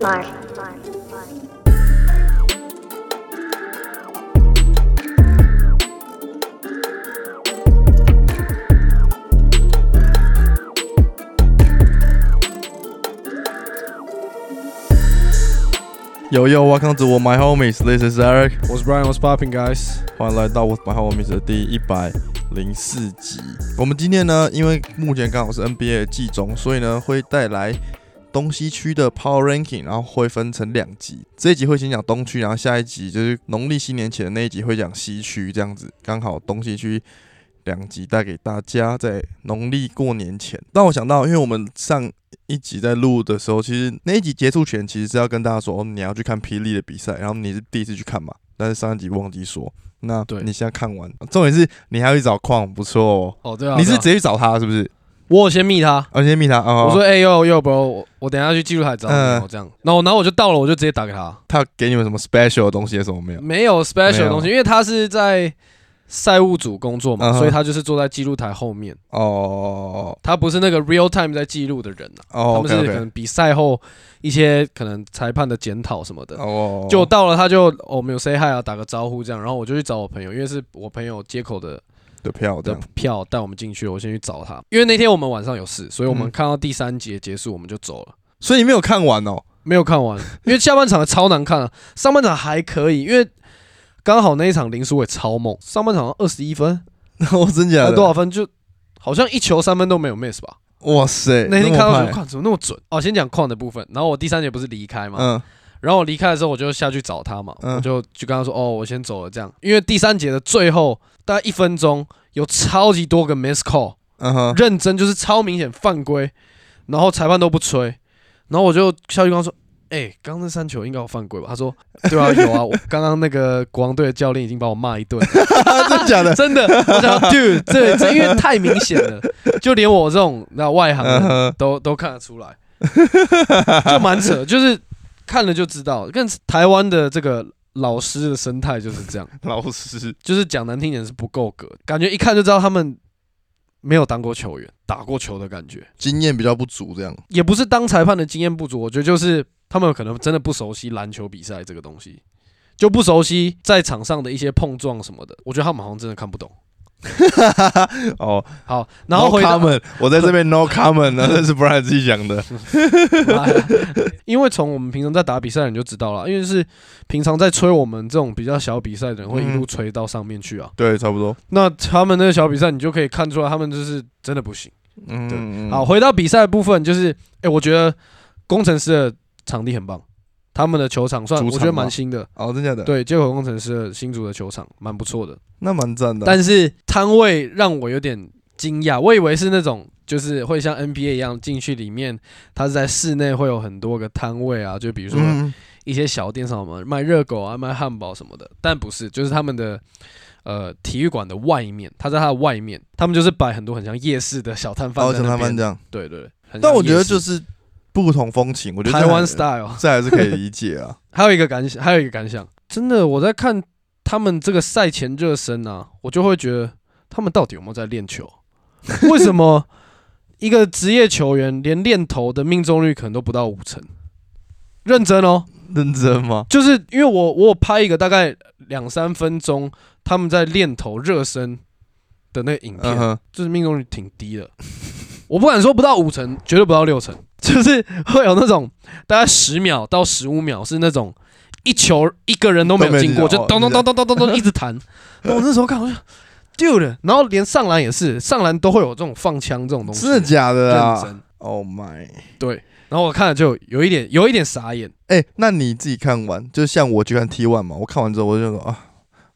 Mark. 有有，Welcome to my homies，This is Eric，我是 Brian，我是 Popping Guys。欢迎来到我 my homies 的第一百零四集。我们今天呢，因为目前刚好是 NBA 的季中，所以呢会带来东西区的 Power Ranking，然后会分成两集。这一集会先讲东区，然后下一集就是农历新年前的那一集会讲西区，这样子刚好东西区两集带给大家，在农历过年前。但我想到，因为我们上一集在录的时候，其实那一集结束前，其实是要跟大家说，哦，你要去看霹雳的比赛，然后你是第一次去看嘛，但是上一集忘记说。那对你现在看完，重点是你还要去找矿，不错哦。哦，对啊，你是直对啊接去找他是不是？我有先密他，而且密他啊，我说哦哎呦呦 bro，我我等一下去记录台找你嗯哦，这样。然后然后我就到了，我就直接打给他，他有给你们什么 special 的东西什么没有？没有没 special 有的东西，因为他是在赛务组工作嘛嗯，哼所以他就是坐在记录台后面，哦他不是那个 real time 在记录的人啊，哦他们，OK 是可 OK，能比赛后一些可能裁判的检讨什么的。哦，就到了，他就哦我们有 say hi 啊，打个招呼这样，然后我就去找我朋友，因为是我朋友接口的的票哦这的样，票带我们进去，我先去找他，因为那天我们晚上有事，所以我们嗯看到第三节结束我们就走了，所以你没有看完哦。 没有看完，因为下半场的超难看啊，上半场还可以，因为刚好那一场林书伟超猛，上半场二十一分，我真假还的？多少分就好像一球三分都没有 miss 吧，哇塞，那天么看到快球，怎么那么准？哦，先讲矿的部分，然后我第三节不是离开嘛，嗯然后我离开的时候，我就下去找他嘛，嗯我就就跟他说：“哦，我先走了。”这样，因为第三节的最后大概一分钟，有超级多个 miss call，、嗯哼， 认真就是超明显犯规，然后裁判都不吹，然后我就下去跟他说：“哎、刚刚那三球应该有犯规吧？”他说：“对啊，有 啊，我刚刚那个国王队的教练已经把我骂一顿了，真的假的？真的。”我想说，dude，这这因为太明显了，就连我这种那外行嗯人哼，都都看得出来， 就蛮扯，就是看了就知道。跟台湾的这个老师的生态就是这样， 老师，就是讲难听点是不够格，感觉一看就知道他们没有当过球员、打过球的感觉，经验比较不足，这样 也不是当裁判的经验不足，我觉得就是他们可能真的不熟悉篮球比赛这个东西。就不熟悉在场上的一些碰撞什么的，我觉得他们好像真的看不懂。哦。好，然后 no 回到 comment，我在这 边 no comment 呢，那是 Brian 自己讲的。 因为从我们平常在打比赛，你就知道了，因为是平常在吹我们这种比较小比赛的人，会一路吹到上面去啊。对，差不多。那他们那个小比赛，你就可以看出来，他们就是真的不行。对嗯，好，，回到比赛的部分，就是，哎、我觉得工程师的场地很棒，他们的球场算主我场觉得吗蛮新的，哦，真假的？，对，接口工程师的新竹的球场蛮不错的，那蛮赞的。嗯但是摊位让我有点惊讶，我以为是那种就是会像 NBA 一样进去里面，它是在室内会有很多个摊位啊，就比如说。嗯，一些小店上嘛，卖热狗啊、卖汉堡什么的，但不是，就是他们的呃体育馆的外面，它在它的外面，他们就是摆很多很像夜市的小摊贩哦，在像那他边们这。样，对对对，很像但我觉得夜市就是不同风情，我觉得台湾这还 style。这还是可以理解啊。还有一个感想，还有一个感想，真的我在看他们这个赛前热身啊，我就会觉得他们到底有没有在练球？ 为什么一个职业球员连练投的命中率可能都不到五成？认真哦，认真吗？就是因为我我有拍一个大概两三分钟他们在练头热身的那个影 片，嗯哼，就是命中率挺低的。 我不敢说不到五成，绝对不到六成， 就是会有那种大概十秒到十五秒是那种一球一个人都没有进都过，就没有进哦咚咚咚咚咚咚 咚一直弹。然后我那时候看，我就 dude，然后连上篮也是，上篮都会有这种放枪这种东西，真的假的认啊真。 ？Oh my！然后我看了就有一点有一点傻眼，哎，那你自己看完，就像我去看 T One 嘛，我看完之后我就说啊，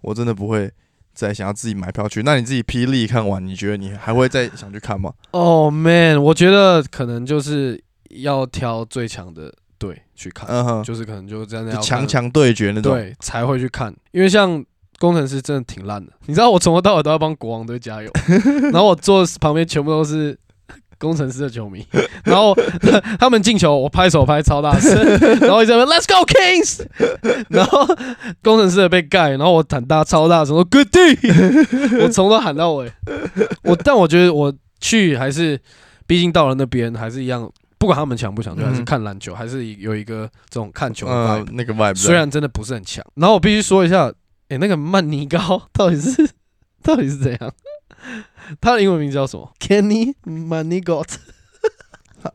我真的不会再想要自己买票去。那你自己霹雳看完，你觉得你还会再想去 看吗？Oh 哦、man，我觉得可能就是要挑最强的队去看，嗯哼，啊就是可能就真的要就看强强对决那种。嗯对才会去看，因为像工程师真的挺烂的，你知道我从头到尾都要帮国王队 加油，然后我坐旁边全部都是。工程师的球迷，然后 他们进球，我拍手拍超大声， 然后一直在那边 Let's go Kings，然后工程师的被盖，然后我喊大超大声说 Good day，我从头喊到尾，我但我觉得我去还是，毕竟到了那边还是一样不管他们强不强，就还是嗯看篮球，还是有一个这种看球的呃 vibe。那个 vibe，虽然真的不是很强，然后我必须说一下，诶，那个曼尼高到底是 到底是怎样？他的英文名叫什么？Kenny Manigot，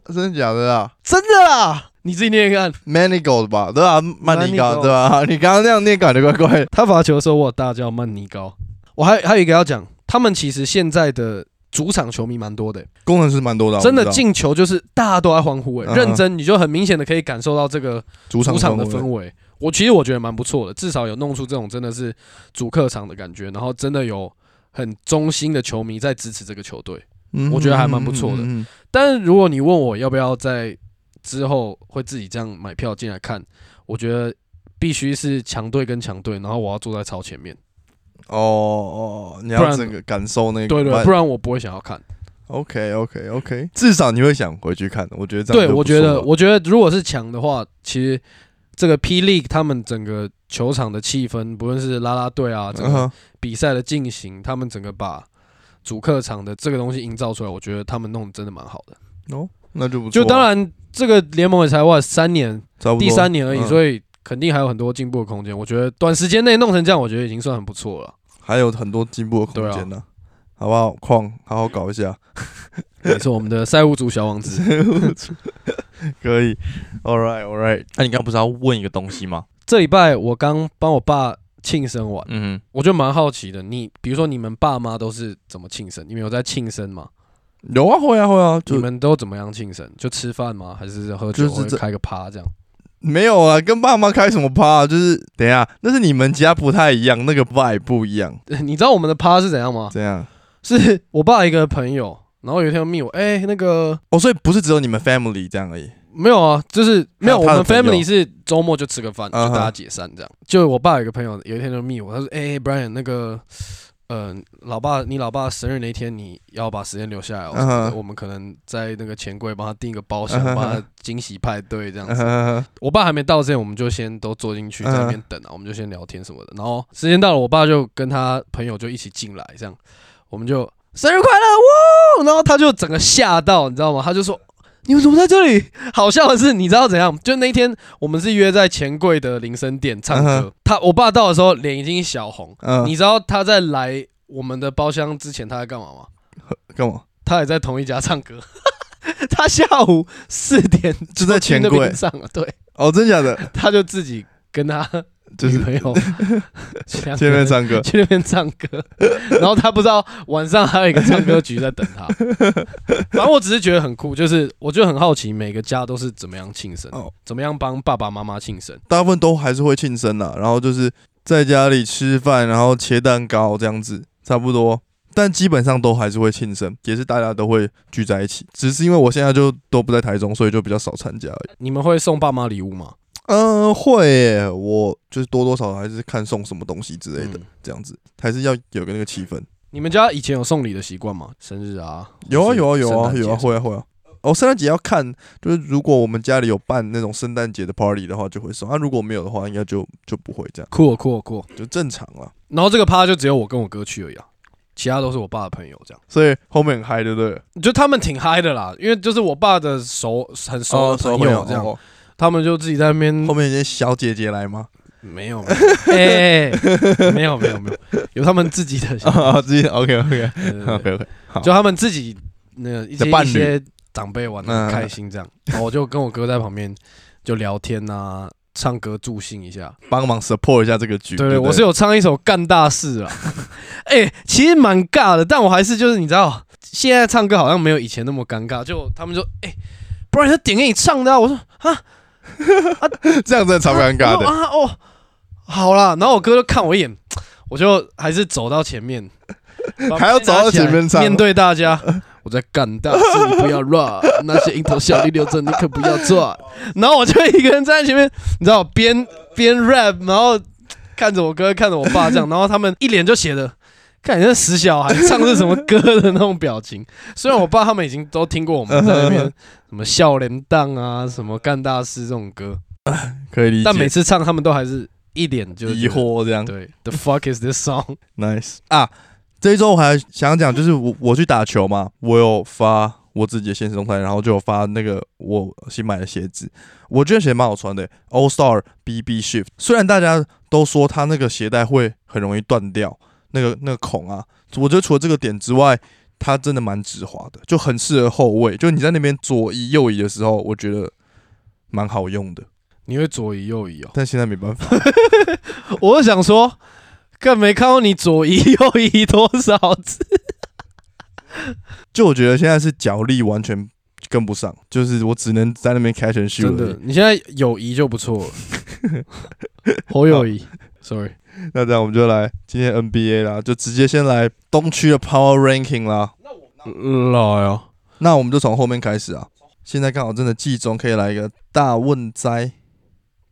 真的假的啊真的啦，你自己念一看。 ？Manigold 吧，对啊，曼尼高 Manigault 对吧？ 你刚刚那样念感觉怪怪的。他罚球的时候，我有大叫曼尼高。我还还有一个要讲，他们其实现在的主场球迷蛮多的、工程师蛮多的啊，真我的知道进球就是大家都在欢呼、欸，嗯哼认真你就很明显的可以感受到这个主场主场的氛氛围围。我其实我觉得蛮不错的，至少有弄出这种真的是主客场的感觉，然后真的有很忠心的球迷在支持这个球队。嗯我觉得还蛮不错的嗯嗯嗯但是如果你问我要不要在之后会自己这样买票进来看，我觉得必须是强队跟强队，然后我要坐在超前面，哦哦，哦你不要然整个感受那个对对，不然我不会想要看。 OK OK OK，至少你会想回去看，我觉得这样对，就不我觉错得，了我觉得如果是强的话，其实这个 P League 他们整个球场的气氛，不论是啦啦队啊，整嗯个哼比赛的进行，他们整个把主客场的这个东西营造出来，我觉得他们弄得真的蛮好的。哦，那就不错就啊当然，这个联盟也才哇三年，差不多第三年而已，嗯所以肯定还有很多进步的空间。我觉得短时间内弄成这样，我觉得已经算很不错 了。还有很多进步的空间啊呢、好不好？矿好好搞一下， 没错，我们的赛务组小王子， 可以。All right, all right。那、你刚刚不是要问一个东西吗？这礼拜我刚帮我爸庆生完。嗯哼，我就蛮好奇的，你比如说你们爸妈都是怎么庆生？你们有在庆生吗？有啊，会啊，会啊，你就们都怎么样庆生？就吃饭吗？还是喝就酒？是或者这开个趴这样？没有啊，跟爸妈开什么趴、啊？就是等一下，那是你们家不太一样，那个 vibe 不一样， 你知道我们的趴是怎样吗？这样。是我爸一个朋友，然后有一天密我，哎、那个哦，所以不是只有你们 family 这样而已。没有啊，就是没有，我还们有他的朋 family 友是周末就吃个饭，就嗯哼大家解散这样。就我爸有一个朋友，有一天就密我，他说，哎、b r i a n 那个。呃，老爸，你老爸生日那天，你要把时间留下来哦、嗯哼我们可能在那个钱柜帮他订个包嗯厢，哼帮他惊喜派对这样子。 嗯我爸还没到之前，我们就先都坐进去，在那边等啊，我们就先聊天什么的。然后时间到了，我爸就跟他朋友就一起进来，这样我们就生日快乐哇！然后他就整个吓到，你知道吗？他就说。你们怎么在这里？好笑的是，你知道怎样？就那一天，我们是约在钱柜的铃声店唱嗯歌。哼他我爸到的时候，脸已经小红。嗯，你知道他在来我们的包厢之前，他在干嘛吗？干嘛？他也在同一家唱歌。 他下午四点就在去钱那柜边。上了，对。 哦，真假的？ 他就自己跟他就女是朋 友见见面唱歌。 去那边唱歌， 然后他不知道晚上还有一个唱歌局在等 他。反正我只是觉得很酷，就是我就很好奇每个家都是怎么样庆生哦，怎么样帮爸爸妈妈庆生。大部分都还是会庆生啦，然后就是在家里吃饭，然后切蛋糕这样子，差不多。但基本上都还是会庆生，也是大家都会聚在一起。只是因为我现在就都不在台中，所以就比较少参加而已。你们会送爸妈礼物吗？嗯、会耶，我就是多多少少还是看送什么东西之类的，嗯这样子还是要有个那个气氛。你们家以前有送礼的习惯吗？生日啊，有或啊是有啊有啊圣诞有啊节什么会啊会啊。哦，圣诞节要看，就是如果我们家里有办那种圣诞节的 party 的话，就会送；啊，如果没有的话，应该就就不会这样，酷哦酷哦酷哦。就正常了。然后这个趴就只有我跟我哥去而已啊，其他都是我爸的朋友这样。所以后面很嗨，对不对了？就他们挺嗨的啦，因为就是我爸的熟很熟的朋友这样，哦他们就自己在那边后面有些小姐姐来吗？没有，没有哎，没有没有没有，有他们自己的想法， 啊，自己 OK OK 对对对 OK OK，好就他们自己那个一些的伴一侣些长辈玩嗯的很开心这样，然后我就跟我哥在旁边就聊天啊，唱歌助兴一下。帮忙 support 一下这个局。对对，我是。有唱一首《干大事》啊， 哎，其实蛮尬的，但我还是就是你知道，现在唱歌好像没有以前那么尴尬，就他们说哎。不然就点给你唱的啊！我说这样真的超尴 尬我说的。啊哦，好啦，然后我哥就看我一眼，我就还是走到前面，把还要走到前面唱面对大家，我在干大事，你不要乱，那些蝇头小利留着你可不要做。然后我就一个人站在前面，你知道，边边 rap，然后看着我哥，看着我爸这样，然后他们一脸就写的。看你那死小孩唱的是什么歌的那种表情，虽然我爸他们已经都听过我们在那边什么笑脸档啊，什么干大事这种歌，可以理解。但每次唱他们都还是一脸就疑，惑这样对，The fuck is this song？ ，nice 啊。这一周我还想讲，就是我我去打球嘛，我有发我自己的现实动态，然后就有发那个我新买的鞋子，我觉得鞋蛮好穿的、All 欸 Star BB Shift。虽然大家都说它那个鞋带会很容易断掉，那个那个孔啊，我觉得除了这个点之外，它真的蛮直滑的，就很适合后卫。就你在那边左移右移的时候，我觉得蛮好用的。 你会左移右移哦？但现在没办法，我就想说，更没看过你左移右移多少次。就我觉得现在是脚力完全跟不上，就是我只能在那边开成虚 真的，你现在友谊就不错 了。侯友谊，sorry，那这样我们就来今天 NBA 啦，就直接先来东区的 Power Ranking 啦。老啊哟。那我们就从后面开始啊。现在刚好真的季中可以来一个大问灾，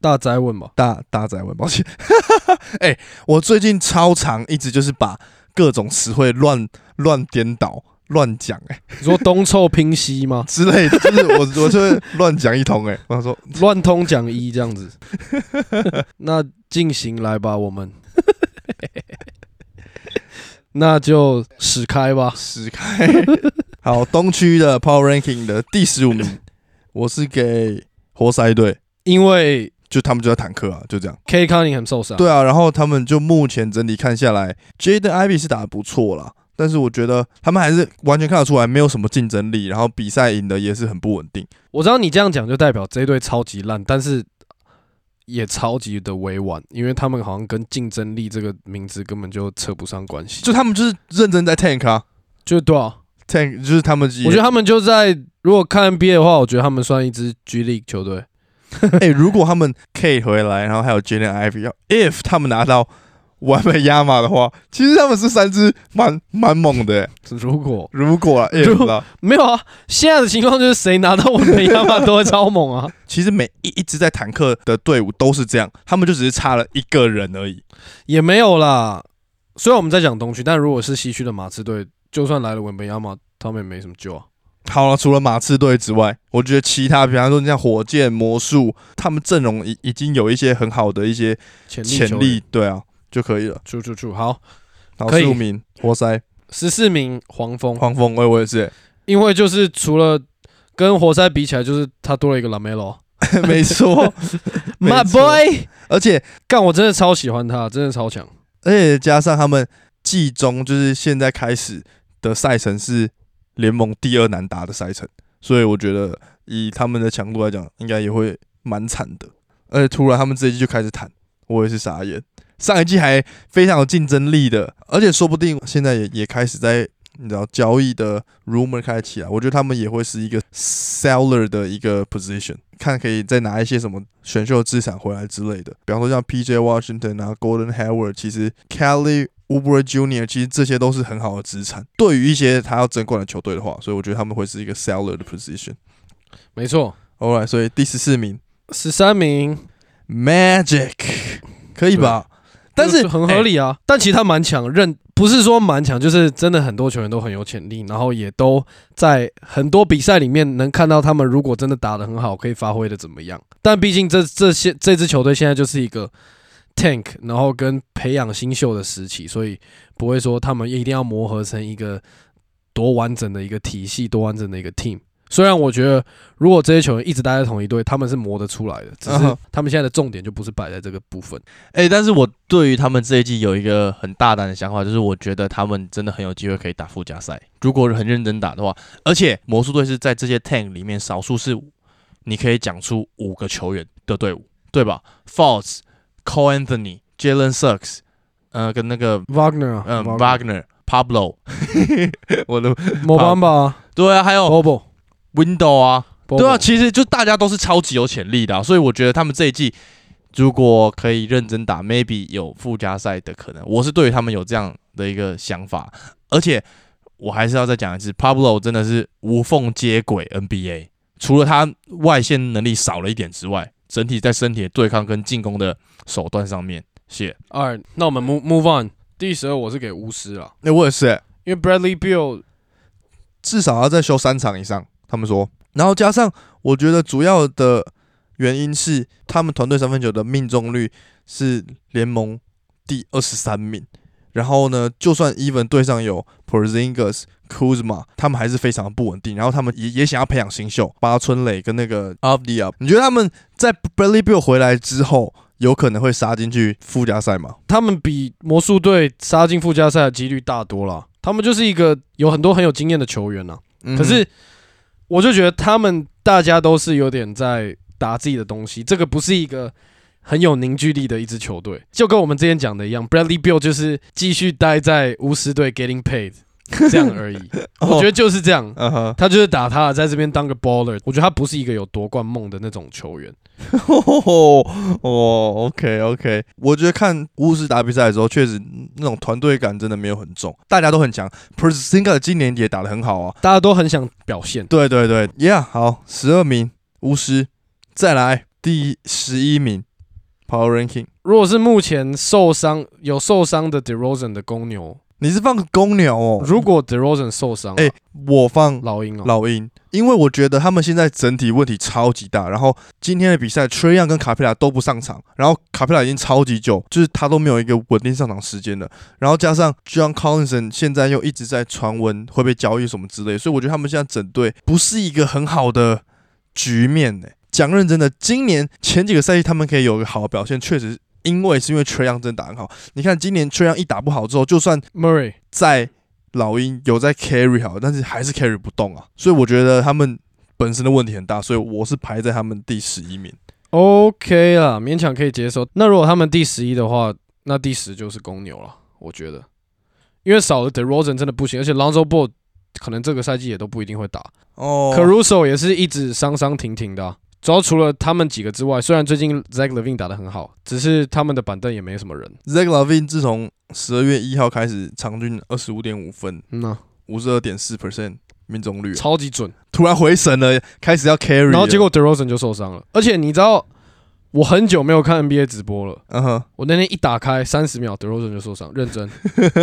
大灾问吧，大大灾问，抱歉。 哎、我最近超常一直就是把各种词汇乱乱颠倒、乱讲哎你说东凑拼西 吗？之类的，就是我我就会乱讲一通哎、我想说，乱通讲一这样子。那进行来吧，我 们，那就使开吧。使开。 好，东区的 Power Ranking 的第十五名，我是给活塞队，因为就他们就在坦克啊，就这样。 K 康宁很受伤，，对啊，然后他们就目前整体看下来，Jaden Ivy 是打得不错啦，但是我觉得他们还是完全看得出来没有什么竞争力，然后比赛赢的也是很不稳定。我知道你这样讲就代表这一队超级烂，但是也超级的委婉，因为他们好像跟竞争力这个名字根本就扯不上关系。就他们就是认真在 tank 啊就对啊， ，tank 就是他们也。我觉得他们就在如果看 NBA 的话，我觉得他们算一支 G League 球队。哎、如果他们 K 回来，然后还有 Jaden Ivy，要 if 他们拿到完美亚马的话，其实他们是三支蛮蛮猛的欸、如果如果啊如 if 啦，没有啊，现在的情况就是谁拿到我们的亚马都会超猛啊！其实每一一支在坦克的队伍都是这样，他们就只是差了一个人而已。 也没有啦。虽然我们在讲东区，但如果是西区的马刺队，就算来了文本亚马，他们也没什么救啊。好了，除了马刺队之外，我觉得其他，比方说你像火箭、魔术，他们阵容已已经有一些很好的一些潜力潜球员，力，对啊，就可以了。出出出，好，然后可以十五名，活塞、十四名黄蜂，黄蜂，我我也 是、因为就是除了跟活塞比起来，就是他多了一个拉梅罗欸没错。没，My 错 boy，而且干，我真的超喜欢他，真的超强。而且加上他们季中就是现在开始的赛程是联盟第二难打的赛程，所以我觉得以他们的强度来讲，应该也会蛮惨的。而且突然他们这一季就开始谈，我也是傻眼。上一季还非常有竞争力的，而且说不定现在也也开始在你知道交易的 rumor 开始起来，我觉得他们也会是一个 seller 的一个 position，看可以再拿一些什么选秀资产回来之类的。比方说像 P.J. Washington 啊，Golden Hayward，其实 Kelly u b r e Jr. 其实这些都是很好的资产，对于一些他要争冠的球队的话，所以我觉得他们会是一个 seller 的 position。没错， Alright，所以第十四名十三名， Magic 可以吧？但是就很合理啊。但其实他蛮强，认不是说蛮强，就是真的很多球员都很有潜力，然后也都在很多比赛里面能看到他们如果真的打得很好，可以发挥的怎么样。但毕竟这这些这支球队现在就是一个 tank，然后跟培养新秀的时期，所以不会说他们一定要磨合成一个多完整的一个体系，多完整的一个 team。虽然我觉得，如果这些球员一直待在同一队，他们是磨得出来的，只嗯是哼他们现在的重点就不是摆在这个部分。哎、但是我对于他们这一季有一个很大胆的想法，就是我觉得他们真的很有机会可以打附加赛，如果很认真打的话。而且魔术队是在这些 tank 里面少数是你可以讲出五个球员的队伍，对吧 f a l s Cole Anthony、Jalen Suggs，呃，跟那个 Wagner 啊，嗯 Wagner、Pablo，我的 m o b a m b a 对啊，还有 Bobo， Window 啊，对啊， Bobo 其实就大家都是超级有潜力的啊、所以我觉得他们这一季如果可以认真打，maybe 有附加赛的可能。我是对于他们有这样的一个想法，而且我还是要再讲一次，Pablo 真的是无缝接轨 NBA，除了他外线能力少了一点之外，整体在身体的对抗跟进攻的手段上面，谢。二，那我们 move move on。第十二我是给巫师啊，那、我也是、欸，因为 Bradley Beal 至少要再休三场以上，他们说。然后加上，我觉得主要的原因是他们团队三分球的命中率是联盟第二十三名，然后呢，就算 even 队上有 Porzingis、Kuzma，他们还是非常不稳定。然后他们也也想要培养新秀，八村垒跟那个 Avdia。你觉得他们在 Bradley Beal 回来之后，有可能会杀进去附加赛吗？他们比魔术队杀进附加赛的几率大多了。他们就是一个有很多很有经验的球员呐、啊嗯可是我就觉得他们大家都是有点在打自己的东西，这个不是一个很有凝聚力的一支球队，就跟我们之前讲的一样，Bradley Beal 就是继续待在巫师队 getting paid 这样 而 已，我得，觉得就是这样。哦嗯哼，他就是打他的，在这边当个 baller。我觉得他不是一个有夺冠梦的那种球员。 哦，OK OK，我觉得看巫师打比赛的时候，确实那种团队感真的没有很重，大家都很强。p e r s i n g a 今年也打得很好啊，大家都很想表现。对对对，Yeah，好，十二名巫师，再来第十一名 Power Ranking，如果是目前受伤有受伤的 DeRozan 的公牛，你是放公牛哦？如果 DeRozan 受伤，哎、哎，我放老鹰哦，老鹰，因为我觉得他们现在整体问题超级大。然后今天的比赛 t r e y o n 跟卡佩拉都不上场，然后卡佩拉已经超级久，就是他都没有一个稳定上场时间了。然后加上 John Collinson 现在又一直在传闻会被交易什么之类，所以我觉得他们现在整队不是一个很好的局面呢、欸讲认真的，今年前几个赛季他们可以有个好的表现，确实因为是因为 t r e y o n 真的打很好。你看今年 t r e y o n 一打不好之后，就算 Murray 在老鹰有在 carry 好，但是还是 carry 不动啊，所以我觉得他们本身的问题很大，所以我是排在他们第十一名。 OK 啦，勉强可以接受。那如果他们第十一的话，那第十就是公牛了，我觉得，因为少了 DeRozan 真的不行，而且 Lonzo Ball 可能这个赛季也都不一定会打。哦 Caruso 也是一直伤伤停停的啊、主要除了他们几个之外，虽然最近 Zach Levine 打得很好，只是他们的板凳也没什么人。 Zach Lavin 自从十二月一号开始，场均二十五点五分，嗯呐、五十二点四 percent 命中率啊，超级准。突然回神了，开始要 carry，了然后结，果 DeRozan 就受伤了，而且你知道，我很久没有看 NBA 直播了。嗯哼，我那天一打开三十秒，DeRozan 就受伤，认 真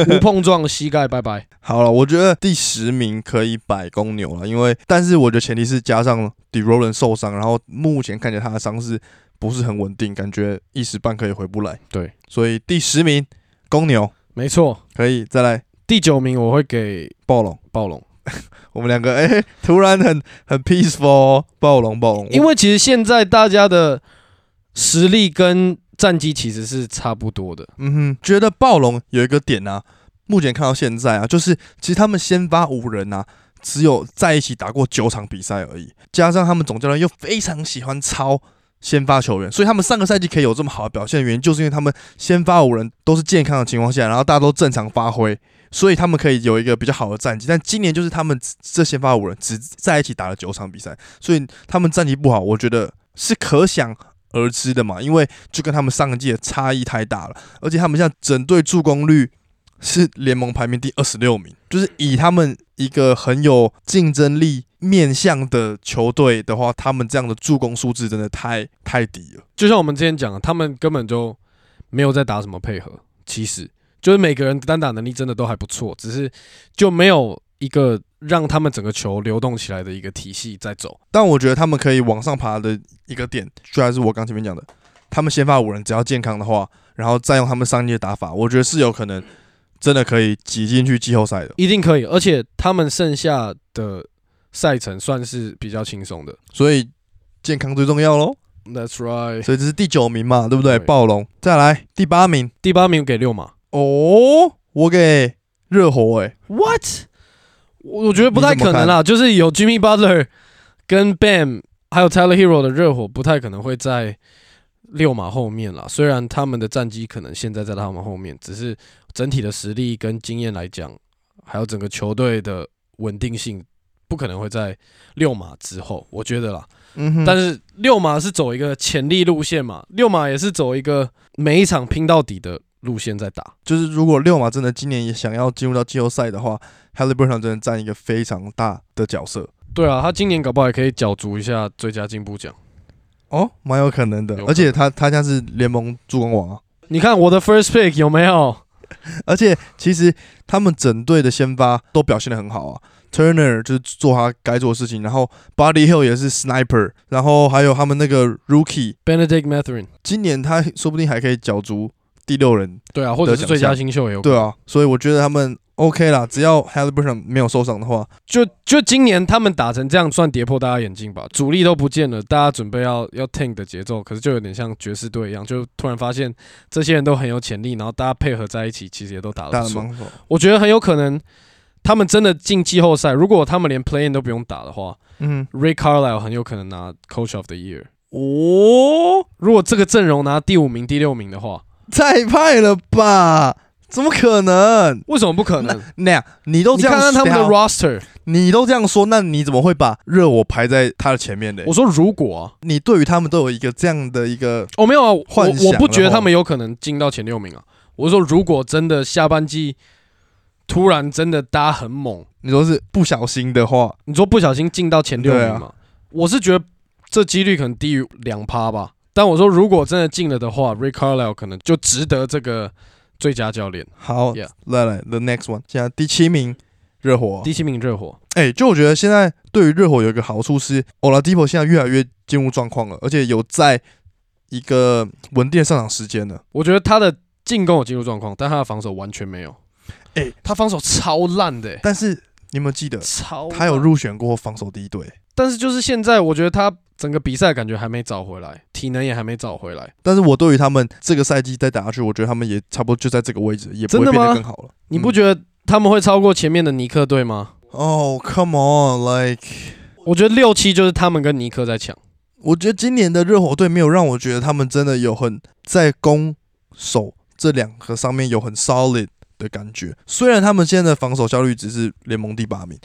无碰撞膝盖，拜拜。好了，我觉得第十名可以摆公牛了，因为但是我觉得前提是加上 d e r o l a n 受伤，然后目前看起来他的伤势不是很稳定，感觉一时半刻也回不来。对，所以第十名公牛没错，可以再来第九名我会给暴龙。暴龙，我们两个哎、突然很很 peaceful，、哦、暴龙暴龙，因为其实现在大家的实力跟战绩其实是差不多的。嗯哼，觉得暴龙有一个点啊，目前看到现在啊，就是其实他们先发五人啊，只有在一起打过九场比赛而已，加上他们总教练又非常喜欢抄先发球员，所以他们上个赛季可以有这么好的表现，原因就是因为他们先发五人都是健康的情况下，然后大家都正常发挥，所以他们可以有一个比较好的战绩。但今年就是他们这先发五人只在一起打了九场比赛，所以他们战绩不好，我觉得是可想而知的嘛，因为就跟他们上一季的差异太大了。而且他们现在整队助攻率是联盟排名第二十六名，就是以他们一个很有竞争力面向的球队的话，他们这样的助攻数字真的太太低了。就像我们之前讲的，他们根本就没有在打什么配合，其实就是每个人单打能力真的都还不错，只是就没有一个让他们整个球流动起来的一个体系在走。但我觉得他们可以往上爬的一个点，就还是我刚前面讲的，他们先发五人只要健康的话，然后再用他们上一届的打法，我觉得是有可能真的可以挤进去季后赛的。一定可以，而且他们剩下的赛程算是比较轻松的。所以健康最重要喽。 That's right。所以这是第九名嘛，对不对？对暴龙再来第八名。第八名给六马哦，我给热火哎、 ，What？我我觉得不太可能啦，就是有 Jimmy Butler 跟 Bam 还有 Tyler Hero 的热火，不太可能会在六马后面啦。虽然他们的战绩可能现在在他们后面，只是整体的实力跟经验来讲，还有整个球队的稳定性，不可能会在六马之后，我觉得啦。嗯哼但是六马是走一个潜力路线嘛，六马也是走一个每一场拼到底的路线在打。就是如果六马真的今年也想要进入到季后赛的话 h a l i b u r t o n 真的占一个非常大的角色对啊，他今年搞不好也可以角逐一下最佳进步奖。哦，蛮有可能的有。可能而且他他现在是联盟助攻王啊，你看我的 first pick 有没有？而且其实他们整队的先发都表现的很好啊。Turner 就是做他该做的事情，然后 Body Hill 也是 Sniper，然后还有他们那个 Rookie， Benedict Mathurin 今年他说不定还可以角逐第六人，对啊，或者是最佳新秀也有。对啊，所以我觉得他们 OK 啦，只要 Halliburton 没有受伤的话，就就今年他们打成这样，算跌破大家眼镜吧。主力都不见了，大家准备要要 tank 的节奏，可是就有点像爵士队一样，就突然发现这些人都很有潜力，然后大家配合在一起，其实也都打打得得不错。蛮好。我觉得很有可能，他们真的进季后赛，如果他们连 play in 都不用打的话嗯， ，Ray Carlisle 很有可能拿 Coach of the Year。哦，如果这个阵容拿第五名、第六名的话，太派了吧？怎么可能？为什么不可能？那样你都你这样看看他们的等一下 roster，你都这样说，那你怎么会把热火排在他的前面呢？我说如果啊，你对于他们都有一个这样的一个，哦，没有啊，我幻想我不觉得然后他们有可能进到前六名啊。我是说，如果真的下半季突然真的大家很猛，你说是不小心的话，你说不小心进到前六对名啊嘛，我是觉得这几率可能低于两趴吧。但我说，如果真的进了的话，Ray Carlisle 可能就值得这个最佳教练。好 Yeah 来来，the next one，现在第七名，热火。第七名热火，哎、就我觉得现在对于热火有一个好处是，Oladipo 现在越来越进入状况了，而且有在一个稳定的上场时间了。我觉得他的进攻有进入状况，但他的防守完全没有。哎他防守超烂的、欸，但是你有没有记得，超呃他有烂入选过防守第一队？但是就是现在，我觉得他整个比赛感觉还没找回来，体能也还没找回来。但是我对于他们这个赛季再打下去，我觉得他们也差不多就在这个位置，也不真会的变得吗更好了。嗯你不觉得他们会超过前面的尼克队吗？哦、c o m e on，like，我觉得六七就是他们跟尼克在抢。我觉得今年的热火队没有让我觉得他们真的有很在攻守这两个上面有很 solid 的感觉。虽然他们现在的防守效率只是联盟第八名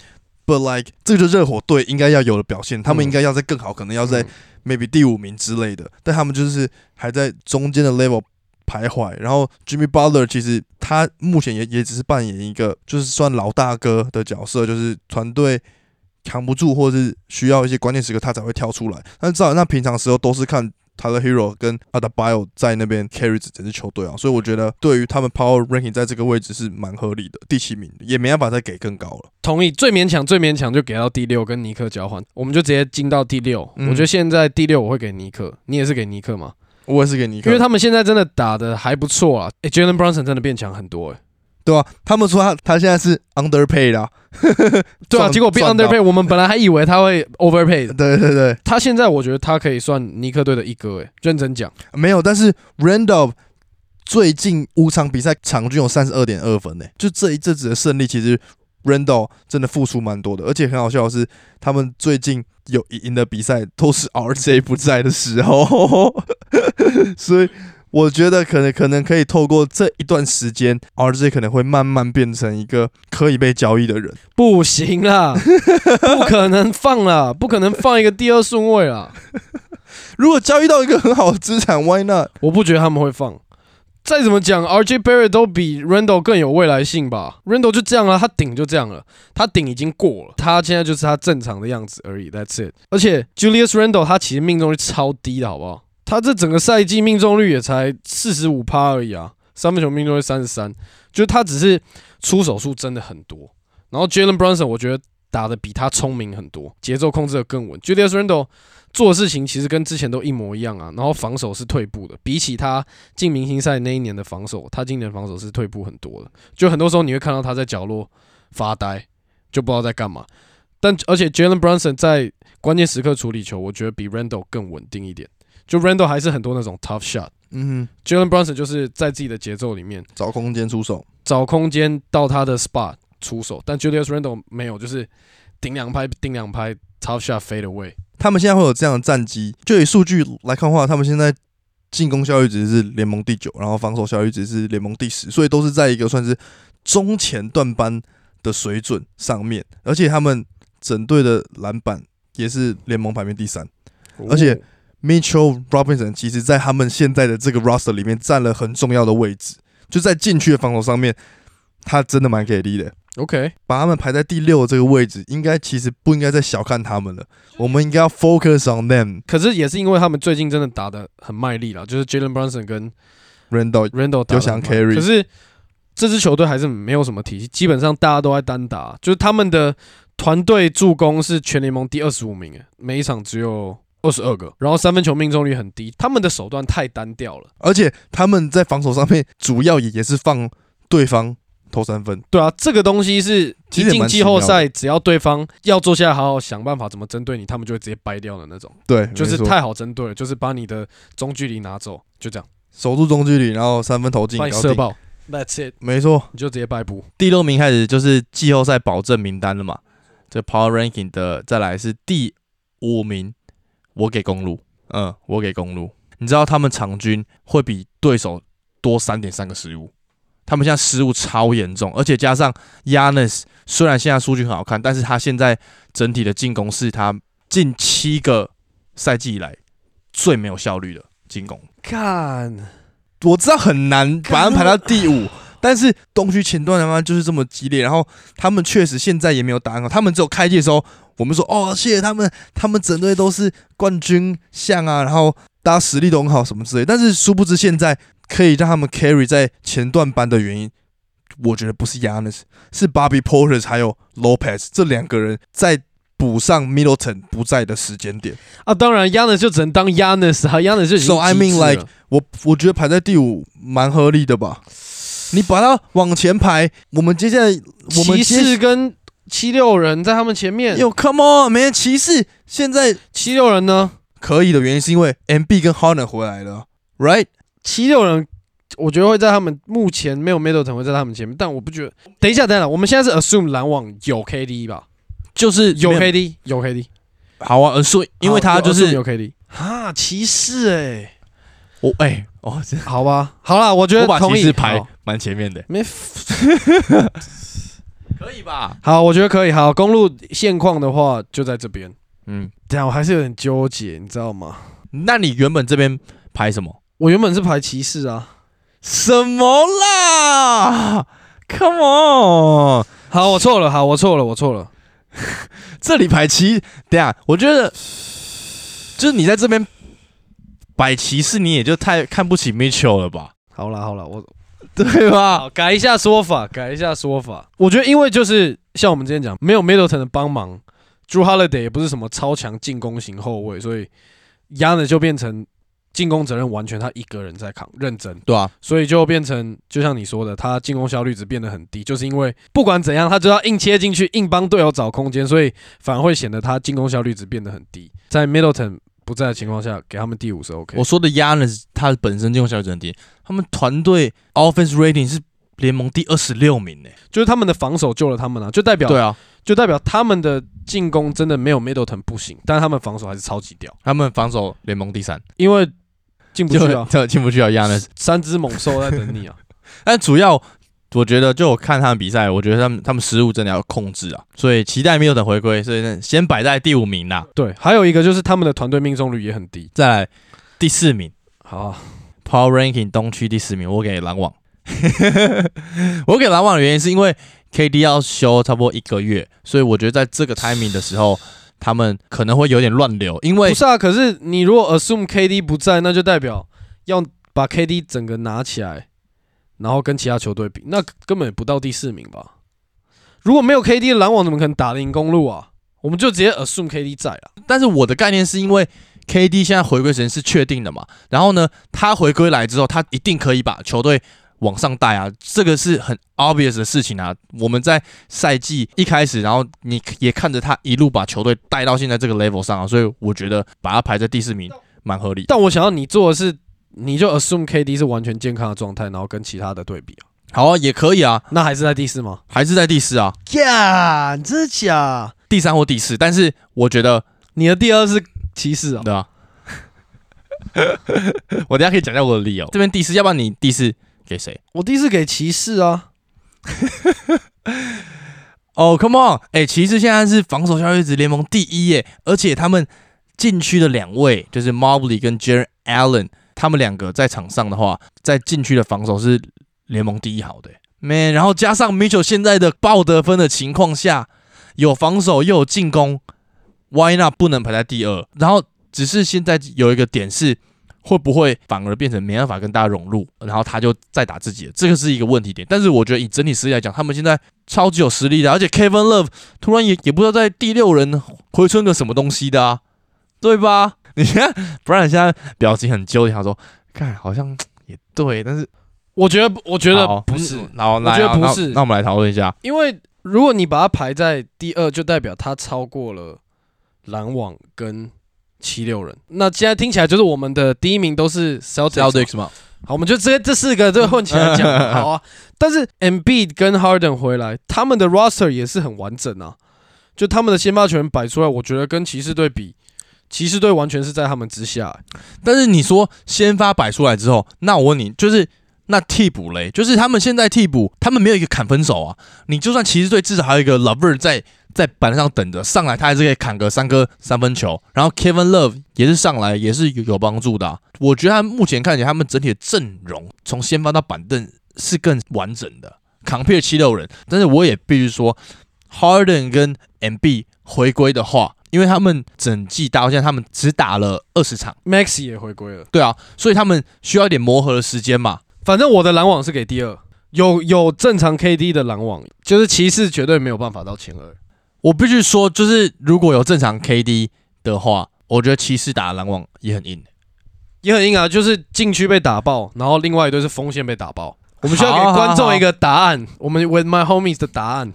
，but like 这就是热火队应该要有的表现，他们嗯应该要在更好，可能要在嗯 maybe 第五名之类的，但他们就是还在中间的 level 徘徊。然后 Jimmy Butler 其实他目前也也只是扮演一个就是算老大哥的角色，就是团队扛不住或是需要一些关键时刻他才会跳出来。但至少那平常时候都是看 Tyler Hero 跟 a d a b i o 在那边 carry 整支球队啊，所以我觉得对于他们 Power Ranking 在这个位置是蛮合理的，第七名也没办法再给更高了。同意，最勉强最勉强就给到第六，跟尼克交换，我们就直接进到第六。嗯我觉得现在第六我会给尼克，你也是给尼克嘛？我也是给你一个，因为他们现在真的打的还不错啊。诶 j a l e n Brunson 真的变强很多诶、欸对啊，他们说他他现在是啊 underpay 啦，对啊，赚结果变赚到 underpay，我们本来还以为他会 overpay 的，对对对，他现在我觉得他可以算尼克队的一哥诶、欸认真讲。没有，但是 Randolph 最近五场比赛场均有三十二点二分呢、就这一阵子的胜利，其实 Randolph 真的付出蛮多的，而且很好笑的是，他们最近有赢的比赛都是 RJ 不在的时候， 所以。我觉得可能可能可以透过这一段时间，RJ 可能会慢慢变成一个可以被交易的人。不行 啦，不可能放啦，不可能放一个第二顺位啦。如果交易到一个很好的资产，Why not？我不觉得他们会放。再怎么讲，RJ Barrett 都比 Randall 更有未来性吧？Randall 就这样了，他顶就这样了，他顶已经过了，他现在就是他正常的样子而已，That's it。而且 Julius Randall 他其实命中率超低的，好不好？他这整个赛季命中率也才四十五趴而已啊，三分球命中率三十三，就是他只是出手数真的很多。然后 Jalen Brunson 我觉得打的比他聪明很多，节奏控制的更稳。Julius Randall 做的事情其实跟之前都一模一样啊，然后防守是退步的，比起他进明星赛那一年的防守，他今年防守是退步很多的。就很多时候你会看到他在角落发呆，就不知道在干嘛。但而且 Jalen Brunson 在关键时刻处理球，我觉得比 Randall 更稳定一点。就 Randall 还是很多那种 tough shot，Jalen 嗯哼， Brunson 就是在自己的节奏里面找空间出手。找空间到他的 spot 出手，但 Julius Randall 没有，就是顶两拍，顶两拍，tough shot fade away。他们现在会有这样的战绩，就以数据来看的话，他们现在进攻效率值是联盟第九，然后防守效率值是联盟第十，所以都是在一个算是中前段班的水准上面，而且他们整队的篮板也是联盟排名第三。而且 Mitchell Robinson 其实在他们现在的这个 roster 里面占了很重要的位置，就在禁区的防守上面，他真的蛮给力的。 OK，把他们排在第六的这个位置，应该其实不应该再小看他们了，我们应该要 focus on them。可是也是因为他们最近真的打的很卖力了，就是 Jalen Brunson 跟 Randall Randall 打有得想很好 carry 可是这支球队还是没有什么体系，基本上大家都在单欸打，就是他们的团队助攻是全联盟第二十五名，诶每一场只有二十二个，然后三分球命中率很低，他们的手段太单调了。而且他们在防守上面主要也也是放对方投三分，对啊，这个东西是其一实也蛮进奇季后妙的赛，只要对方要坐下来好好想办法怎么针对你，他们就会直接掰掉的那种，对，就是没错太好针对了，就是把你的中距离拿走，就这样，守住中距离，然后三分投进，把你搞射定爆，That's it，没错，你就直接掰补。第六名开始就是季后赛保证名单了嘛。这 Power Ranking 的再来是第五名，我给公路，嗯，我给公路。你知道他们场均会比对手多三点三个失误，他们现在失误超严重，而且加上 Yanis 虽然现在数据很好看，但是他现在整体的进攻是他近七个赛季以来最没有效率的进攻。干，我知道很难把他们排到第五，但是东区前段他妈就是这么激烈，然后他们确实现在也没有答案哦，他们只有开季的时候，我们说哦谢谢他们，他们整队都是冠军相啊，然后大家实力都很好什么之类，但是殊不知现在可以让他们 carry 在前段班的原因。我觉得不是 Yanis，是 Bobby Porter 还有 Lopez 这两个人在补上 Middleton 不在的时间点。啊，当然 Yanis 就只能当 Yanis 啊，Yanis 就已经 So I mean 极致了 like- 我我觉得排在第五蛮合理的吧。你把它往前排，我们接下来我们骑士接跟七六人在他们前面，有 Come on，没人骑士现在七六人呢？可以的原因是因为 M B 跟 Harden 回来了，Right？七六人，我觉得会在他们目前没有 Middleton 会在他们前面，但我不觉得。等一下，等一下，我们现在是 assume 篮网有 KD 吧？就是有没 KD，有 KD，好啊，呃所以因为他好有就哦 assume 是有 KD 哈，啊骑士哎，我哎、哦，这好吧，好啦，我觉得我把同骑意士排好蛮前面的，没 可以吧？好，我觉得可以。好，公路现况的话就在这边。嗯，等一下我还是有点纠结，你知道吗？那你原本这边排什么？我原本是排骑士啊。什么啦？Come on，好，我错了，好，我错了，我错了。这里排骑，等一下我觉得就是你在这边摆骑士，你也就太看不起 Mitchell 了吧？好啦，好啦，我 对吧？好，改一下说法，改一下说法。我觉得，因为就是像我们之前讲，没有 Middleton 的帮忙，Drew Holiday 也不是什么超强进攻型后卫，所以 y a n 就变成进攻责任完全他一个人在扛，认真，对啊，所以就变成就像你说的，他进攻效率值变得很低，就是因为不管怎样，他就要硬切进去，硬帮队友找空间，所以反而会显得他进攻效率值变得很低。在 Middleton 不在的情况下，给他们第五是 OK 我。说的 Yanis 他本身进攻效率真的低，他们团队 offense rating 是联盟第二十六名呢、就是他们的防守救了他们啊，就代表对啊，就代表他们的进攻真的没有 Middleton 不行，但是他们防守还是超级屌，他们防守联盟第三，因为进不就去啊，就进不去啊 Yanis。三只猛兽在等你啊。但主要我觉得，就我看他们比赛，我觉得他们他们失误真的要控制啊，所以期待没有等回归，所以呢先摆在第五名啦，对，还有一个就是他们的团队命中率也很低。再来第四名好、啊， ，Power Ranking 东区第四名，我给篮网， 我给篮网的原因是因为 KD 要休差不多一个月，所以我觉得在这个 timing 的时候，他们可能会有点乱流，因为不是啊，可是你如果 assume KD 不在，那就代表要把 KD 整个拿起来，然后跟其他球队比，那根本也不到第四名吧？如果没有 KD，篮网怎么可能打得赢公路啊？我们就直接 assume KD 在啊。但是我的概念是因为 KD 现在回归时间是确定的嘛，然后呢，他回归来之后，他一定可以把球队往上带啊，这个是很 obvious 的事情啊。我们在赛季一开始，然后你也看着他一路把球队带到现在这个 level 上啊，所以我觉得把他排在第四名蛮合理的。但我想要你做的是，你就 assume KD 是完全健康的状态，然后跟其他的对比啊，好啊，也可以啊，那还是在第四吗？还是在第四啊，呀，真的假？第三或第四，但是我觉得你的第二是骑士啊、对啊， 我等一下可以讲一下我的理由。这边第四，要不然你第四给谁？我第一次给骑士啊，哦、c o m e on！哎、骑士现在是防守效率值联盟第一耶，而且他们禁区的两位就是 Mobley 跟 Jaren Allen，他们两个在场上的话，在禁区的防守是联盟第一好的耶。Man，然后加上 Mitchell 现在的爆得分的情况下，有防守又有进攻，Why not 不能排在第二？然后只是现在有一个点是，会不会反而变成没办法跟大家融入，然后他就再打自己的，这个是一个问题点。但是我觉得以整体实力来讲，他们现在超级有实力的，而且 Kevin Love 突然也也不知道在第六人回春个什么东西的啊，对吧？ 你看，不然现在表情很纠结，他说：“看，好像也对，但是我觉得我觉得好不是，嗯好，来觉得啊不那是那我们来讨论一下，因为如果你把它排在第二，就代表它超过了篮网跟七六人。那现在听起来就是我们的第一名都是 Celtics， Celtics 嘛，好，我们就直接这四个这个混起来讲，好 啊。但是 M B 跟 Harden 回来，他们的 roster 也是很完整啊，就他们的先发球员摆出来，我觉得跟骑士队比，骑士队完全是在他们之下、但是你说先发摆出来之后，那我问你，就是那替补嘞，就是他们现在替补，他们没有一个砍分手啊。你就算骑士队至少还有一个 Lover 在在板凳上等着，上来他还是可以砍个三颗三分球。然后 Kevin Love 也是上来也是有有帮助的啊、我觉得他目前看起来他们整体的阵容从先发到板凳是更完整的，compare 七六人。但是我也必须说，Harden 跟 MB 回归的话。因为他们整季打到现在，他们只打了二十场， Maxi 也回归了，对啊，所以他们需要一点磨合的时间嘛。反正我的篮网是给第二，有有正常 K D 的篮网，就是骑士绝对没有办法到前二。我必须说，就是如果有正常 KD 的话，我觉得骑士打篮网也很硬。也很硬啊，就是禁区被打爆，然后另外一队是锋线被打爆。我们需要好好给好观众一个答案，我们 with my homies 的答案。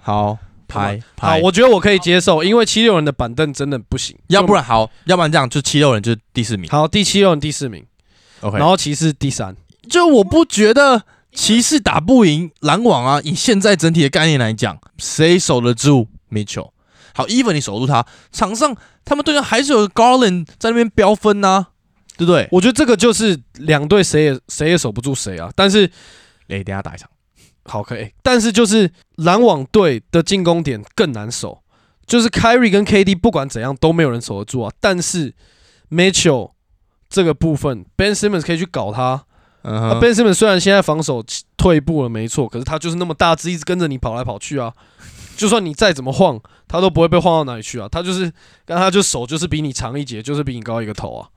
好，排好，排，我觉得我可以接受，因为七六人的板凳真的不行。要不然然好，要不然这样，就七六人就是第四名。好，第七六人第四名， OK，然后骑士第三。就我不觉得骑士打不赢篮网啊。以现在整体的概念来讲，谁守得住 Mitchell？好，even 你守住他，场上他们队上还是有 Garland 在那边飙分呐、对不对？我觉得这个就是两队谁也谁也守不住谁啊。但是哎、等一下打一场，好可以，但是就是篮网队的进攻点更难守，就是 Kyrie 跟 KD 不管怎样都没有人守得住啊。但是 Mitchell 这个部分，Ben Simmons 可以去搞他。嗯啊、ben Simmons 虽然现在防守退步了，没错，可是他就是那么大只，一直跟着你跑来跑去啊。 就算你再怎么晃，他都不会被晃到哪里去啊。他就是，但他就手就是比你长一截，就是比你高一个头啊。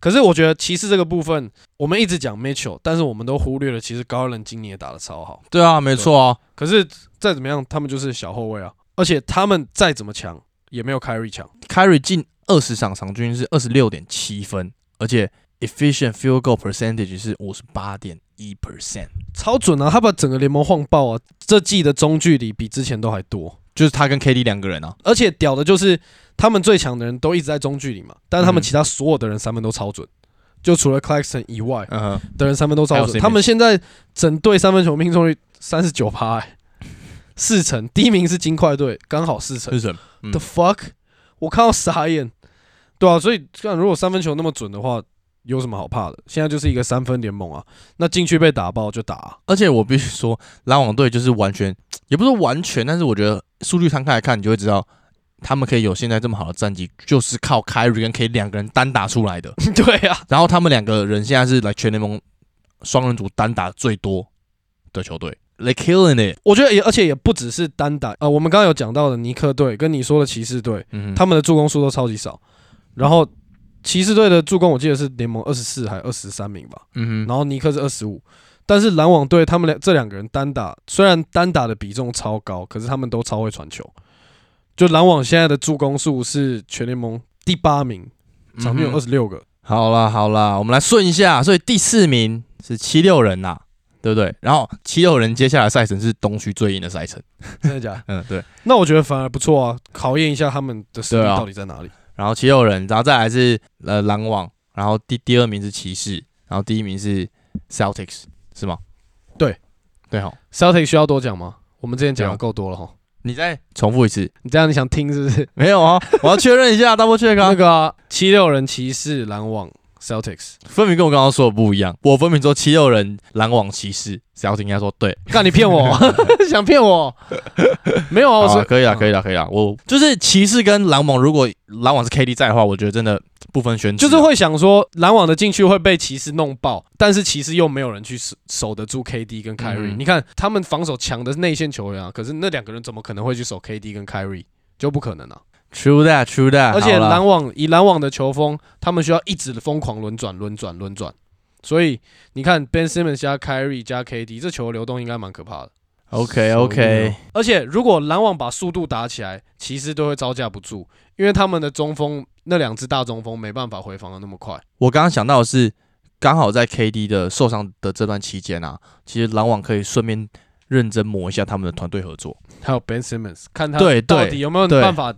可是我觉得骑士这个部分，我们一直讲 Mitchell，但是我们都忽略了，其实高人今年也打得超好。对啊，没错啊。可是再怎么样，他们就是小后卫啊，而且他们再怎么强，也没有 Kyrie 强。 Kyrie 进二十场，场均是二十六点七分，而且 efficient field goal percentage 是五十八点一 percent，超准啊！他把整个联盟晃爆啊！这季的中距离比之前都还多。就是他跟 KD 两个人啊。而且屌的就是他们最强的人都一直在中距离嘛，但是他们嗯其他所有的人三分都超准，就除了 Claxton 以外嗯，的人三分都超还有谁准。没他们现在整队三分球命中率三十九趴，哎四成。第一名是金块队，刚好四成。是什么？嗯 The fuck！我看到傻眼。对啊，所以看如果三分球那么准的话，有什么好怕的？现在就是一个三分联盟啊，那禁区被打爆就打啊、而且我必须说，篮网队就是完全，也不是说完全，但是我觉得数据摊开来看，你就会知道，他们可以有现在这么好的战绩，就是靠 Kyrie 跟 KD 两个人单打出来的。对啊，然后他们两个人现在是来全联盟双人组单打最多的球队，They killing it。我觉得也而且也不只是单打，呃，我们刚刚有讲到的尼克队跟你说的骑士队，嗯哼，他们的助攻数都超级少。然后骑士队的助攻我记得是联盟二十四还二十三名吧，嗯哼，然后尼克是二十五，但是篮网队他们俩这两个人单打虽然单打的比重超高，可是他们都超会传球。就篮网现在的助攻数是全联盟第八名，场嗯均有二十六 个。好啦好啦，我们来顺一下，所以第四名是七六人啦、对不对？然后七六人接下来的赛程是东区最硬的赛程，真的假的？嗯对。那我觉得反而不错啊，考验一下他们的实力对啊到底在哪里。然后七六人，然后再来是呃篮网，然后第第二名是骑士，然后第一名是 Celtics 是吗？对对哦好， Celtic 需要多讲吗？我们之前讲不的用够多了哈。你再重复一次，你这样你想听是不是？没有哦，我要确认一下 double check 那 啊，个七六人骑士篮网 Celtics，分明跟我刚刚说的不一样，我分明说七六人、篮网、骑士，Celtics 应该说对，干你骗 我，想骗我？没有啊，好我啊，说可以啊，嗯可以啊，可以啊。我就是骑士跟篮网，如果篮网是 KD 在的话，我觉得真的不分轩轾就啊。是会想说篮网的禁区会被骑士弄爆，但是骑士又没有人去守守得住 KD 跟 Kyrie、嗯你看他们防守强的是内线球员啊，可是那两个人怎么可能会去守 KD 跟 Kyrie？就不可能啊！ True that，True that 哎好啦。而且篮网以篮网的球风，他们需要一直疯狂轮转、轮转、轮转。所以你看 Ben Simmons 加 Kyrie 加 KD，这球流动应该蛮可怕的。 OK 手 OK，而且如果篮网把速度打起来，骑士都会招架不住，因为他们的中锋那两只大中锋没办法回防的那么快。我刚刚想到的是，刚好在 KD 的受伤的这段期间啊，其实篮网可以顺便认真磨一下他们的团队合作。还有 Ben Simmons，看他对对到底有没有对办法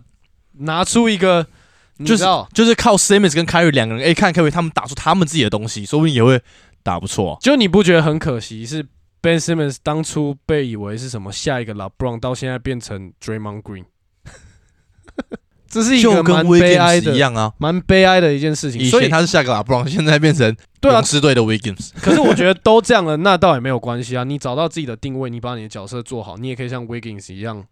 拿出一个，你就知是道，就是靠 Simmons 跟 Kyrie 两个人，哎、看 Kyrie 他们打出他们自己的东西，说不定也会打不错。就你不觉得很可惜是 Ben Simmons 当初被以为是什么下一个 LeBron，到现在变成 Draymond Green，这是一就个跟蛮 w i 悲哀 g 一的、样啊，蛮悲哀的一件事情。以所以前他是下个拉布朗，现在变成对啊勇，士队的 Wiggins。可是我觉得都这样了，那倒也没有关系啊。你找到自己的定位，你把你的角色做好，你也可以像 Wiggins 一样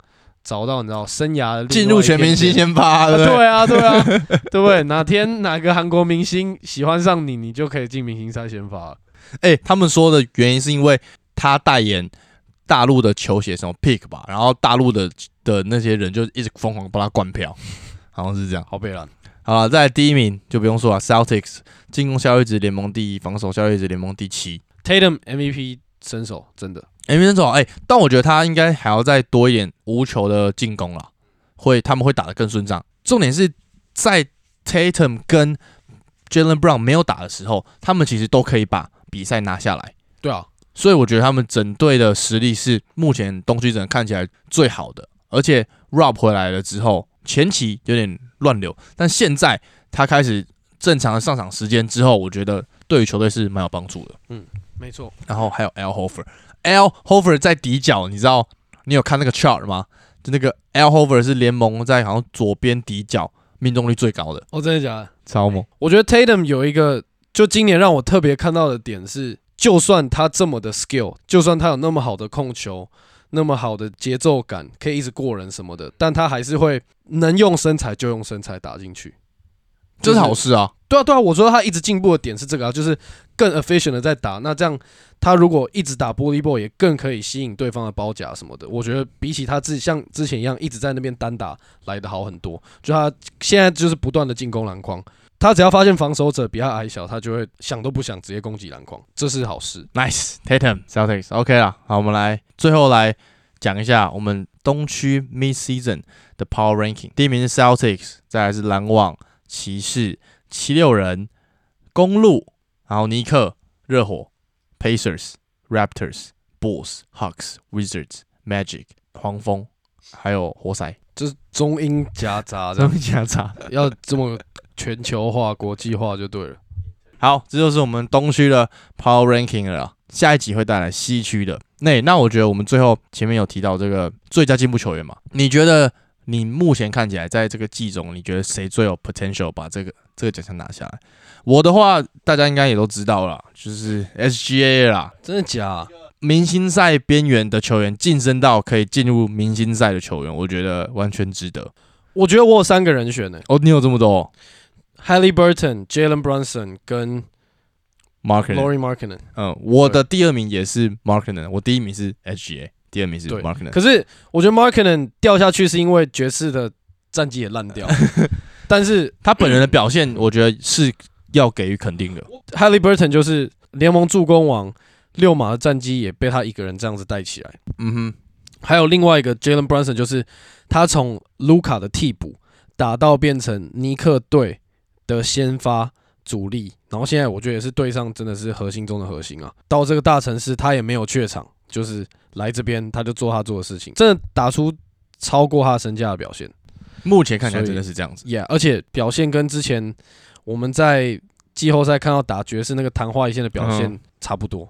找到你知道生涯的另进外入一片全明星天先发，啊对不对对啊，对啊，对不对？哪天哪个韩国明星喜欢上你，你就可以进明星赛先发了。哎、他们说的原因是因为他代言大陆的球鞋什么 Pick 吧，然后大陆的的那些人就一直疯狂帮他灌票， 好像是这样。好北兰，好了，再来第一名就不用说了，Celtics 进攻效率值联盟第一，防守效率值联盟第七。 Tatum MVP 身手真的，哎、欸，总，哎、但我觉得他应该还要再多一点无球的进攻啦，会他们会打得更顺畅。重点是在 Tatum 跟 Jalen Brown 没有打的时候，他们其实都可以把比赛拿下来。对啊，所以我觉得他们整队的实力是目前东区整个看起来最好的。而且 Rob 回来了之后，前期有点乱流，但现在他开始正常的上场时间之后，我觉得对于球队是蛮有帮助的。没错，然后还有 L Hofer，L Hofer 在底角，你知道你有看那个 chart 吗？就那个 L Hofer 是联盟在好像左边底角命中率最高的，哦，真的假的？超猛。我觉得 Tatum 有一个，就今年让我特别看到的点是，就算他这么的 skill，就算他有那么好的控球，那么好的节奏感，可以一直过人什么的，但他还是会能用身材就用身材打进去。这是好事啊！对啊，对啊，我说他一直进步的点是这个啊，就是更 efficient 的在打。那这样，他如果一直打玻璃 ball，也更可以吸引对方的包夹什么的。我觉得比起他自己像之前一样一直在那边单打来的好很多。就他现在就是不断的进攻篮筐，他只要发现防守者比他矮小，他就会想都不想直接攻击篮筐，这是好事。 Nice Tatum Celtics OK 啦，好，我们来最后来讲一下我们东区 Mid Season 的 Power Ranking，第一名是 Celtics，再来是篮网、骑士、七六人、公路，然后尼克、热火、Pacers、Raptors、Bulls、Hawks、Wizards、Magic、黄蜂，还有活塞，就是中英夹杂这这样，样讲差。要这么全球化、国际化就对了。好，这就是我们东区的 Power Ranking 了啦。下一集会带来西区的。那那我觉得我们最后前面有提到这个最佳进步球员嘛？你觉得你目前看起来在这个季中，你觉得谁最有 potential 把这个这个奖项拿下来？我的话，大家应该也都知道了，就是 SGA 啦，真的假啊？明星赛边缘的球员晋升到可以进入明星赛的球员，我觉得完全值得。我觉得我有三个人选呢、哦，你有这么多、哦、 Halliburton、Jalen Brunson 跟 market？ Laurie Markkinen。嗯，我的第二名也是 Markin，我第一名是 HGA，第二名是嗯对 Markin。可是我觉得 Markkinen 掉下去是因为爵士的战绩也烂 掉，但是他本人的表现，我觉得是要给予肯定的。 Halliburton 就是联盟助攻王，六马的战绩也被他一个人这样子带起来。嗯哼，还有另外一个 Jalen Brunson，就是他从卢卡的替补打到变成尼克队的先发主力，然后现在我觉得也是队上真的是核心中的核心啊。到这个大城市，他也没有怯场，就是来这边他就做他做的事情，真的打出超过他身价的表现。目前看起来真的是这样子。 Yeah，而且表现跟之前我们在季后赛看到打爵士那个昙花一现的表嗯现差不多。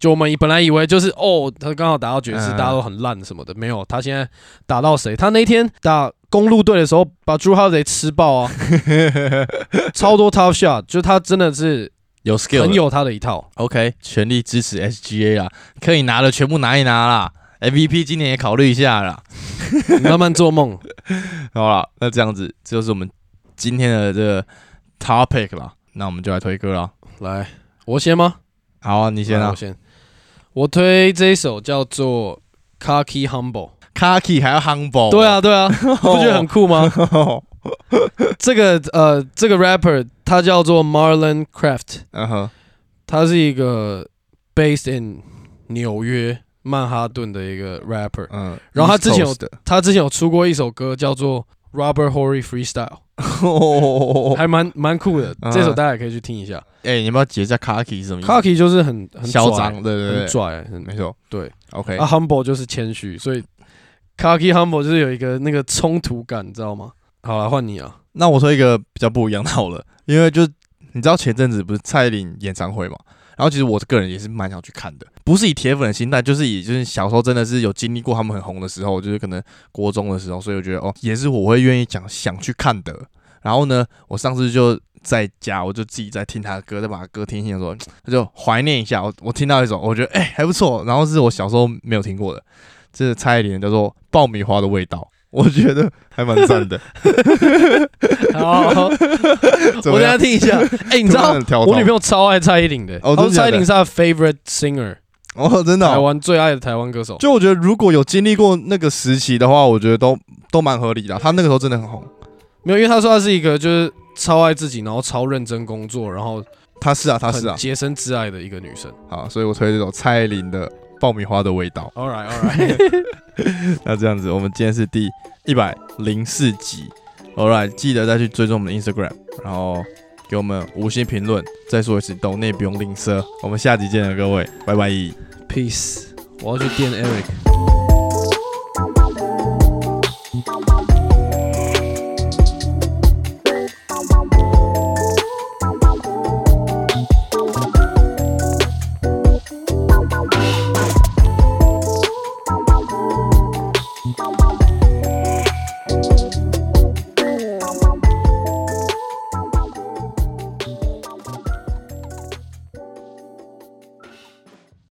就我们以本来以为就是哦，他刚好打到爵士，嗯大家都很烂什么的，没有，他现在打到谁？他那天打公路队的时候，把 Drew Holiday 吃爆 啊，超多 top shot，就是他真的是有 skill，的很有他的一套。 OK，全力支持 SGA 啦，可以拿的全部拿一拿啦。MVP 今年也考虑一下啦。你慢慢做梦，好啦，那这样子，这就是我们今天的这个 topic 啦。那我们就来推歌啦。来，我先吗？好啊，你先来啊哎我。先。我推这一首叫做《Kaki Humble》。 Kaki 还要 humble，对啊，， 对啊，不觉得很酷吗？这个呃，这个 rapper 他叫做 Marlon Craft，嗯哼，他是一个 based in 纽约，曼哈顿的一个 rapper， 嗯，然后他之前有 East Coast 的，他之前有出过一首歌叫做 Robert Horry Freestyle，还哦蛮蛮酷的，嗯这首大家也可以去听一下。 哎、你要不要解一下 Kaki 是什么意思 Kaki 就是很很嗯嚣拽张，对对很对，拽，很没错对。 ，OK，啊，humble 就是谦虚，所以 Kaki humble 就是有一个那个冲突感，你知道吗？好了，换你啊，那我说一个比较不一样的好了，因为就你知道前阵子不是蔡依林演唱会嘛，然后其实我个人也是蛮想去看的，不是以铁粉的心态，就是以就是小时候真的是有经历过他们很红的时候，就是可能国中的时候，所以我觉得哦，也是我会愿意想想去看的。然后呢，我上次就在家，我就自己在听他的歌，再把他歌听一听的时候，我就怀念一下。我我听到一首，我觉得哎、还不错，然后是我小时候没有听过的，这是蔡依林的叫做《爆米花的味道》， 我觉得还蛮赞 的。 好，我怎么哦等一样下听一下。 哎，你知道我女朋友友超爱蔡依林的，哦她说真的假的蔡依林是她的 favorite singer，哦，真的台哦、湾最爱的台湾歌手。就我觉得如果有经历过那个时期的话，我觉得都都蛮合理的啊。他那个时候真的很红，没有，因为她说她是一个就是超爱自己，然后超认真工作，然后他是啊，他是很啊，洁身自爱的一个女生。好，所以我推这首蔡依林的《爆米花的味道 All right, all right，》。 那这样子，我们今天是第一百零四集，Alright，记得再去追踪我们的 Instagram，然后给我们五星评论。再说一次，抖内不用吝啬。我们下集见了，各位，拜拜。 peace。我要去电 Eric。 Thank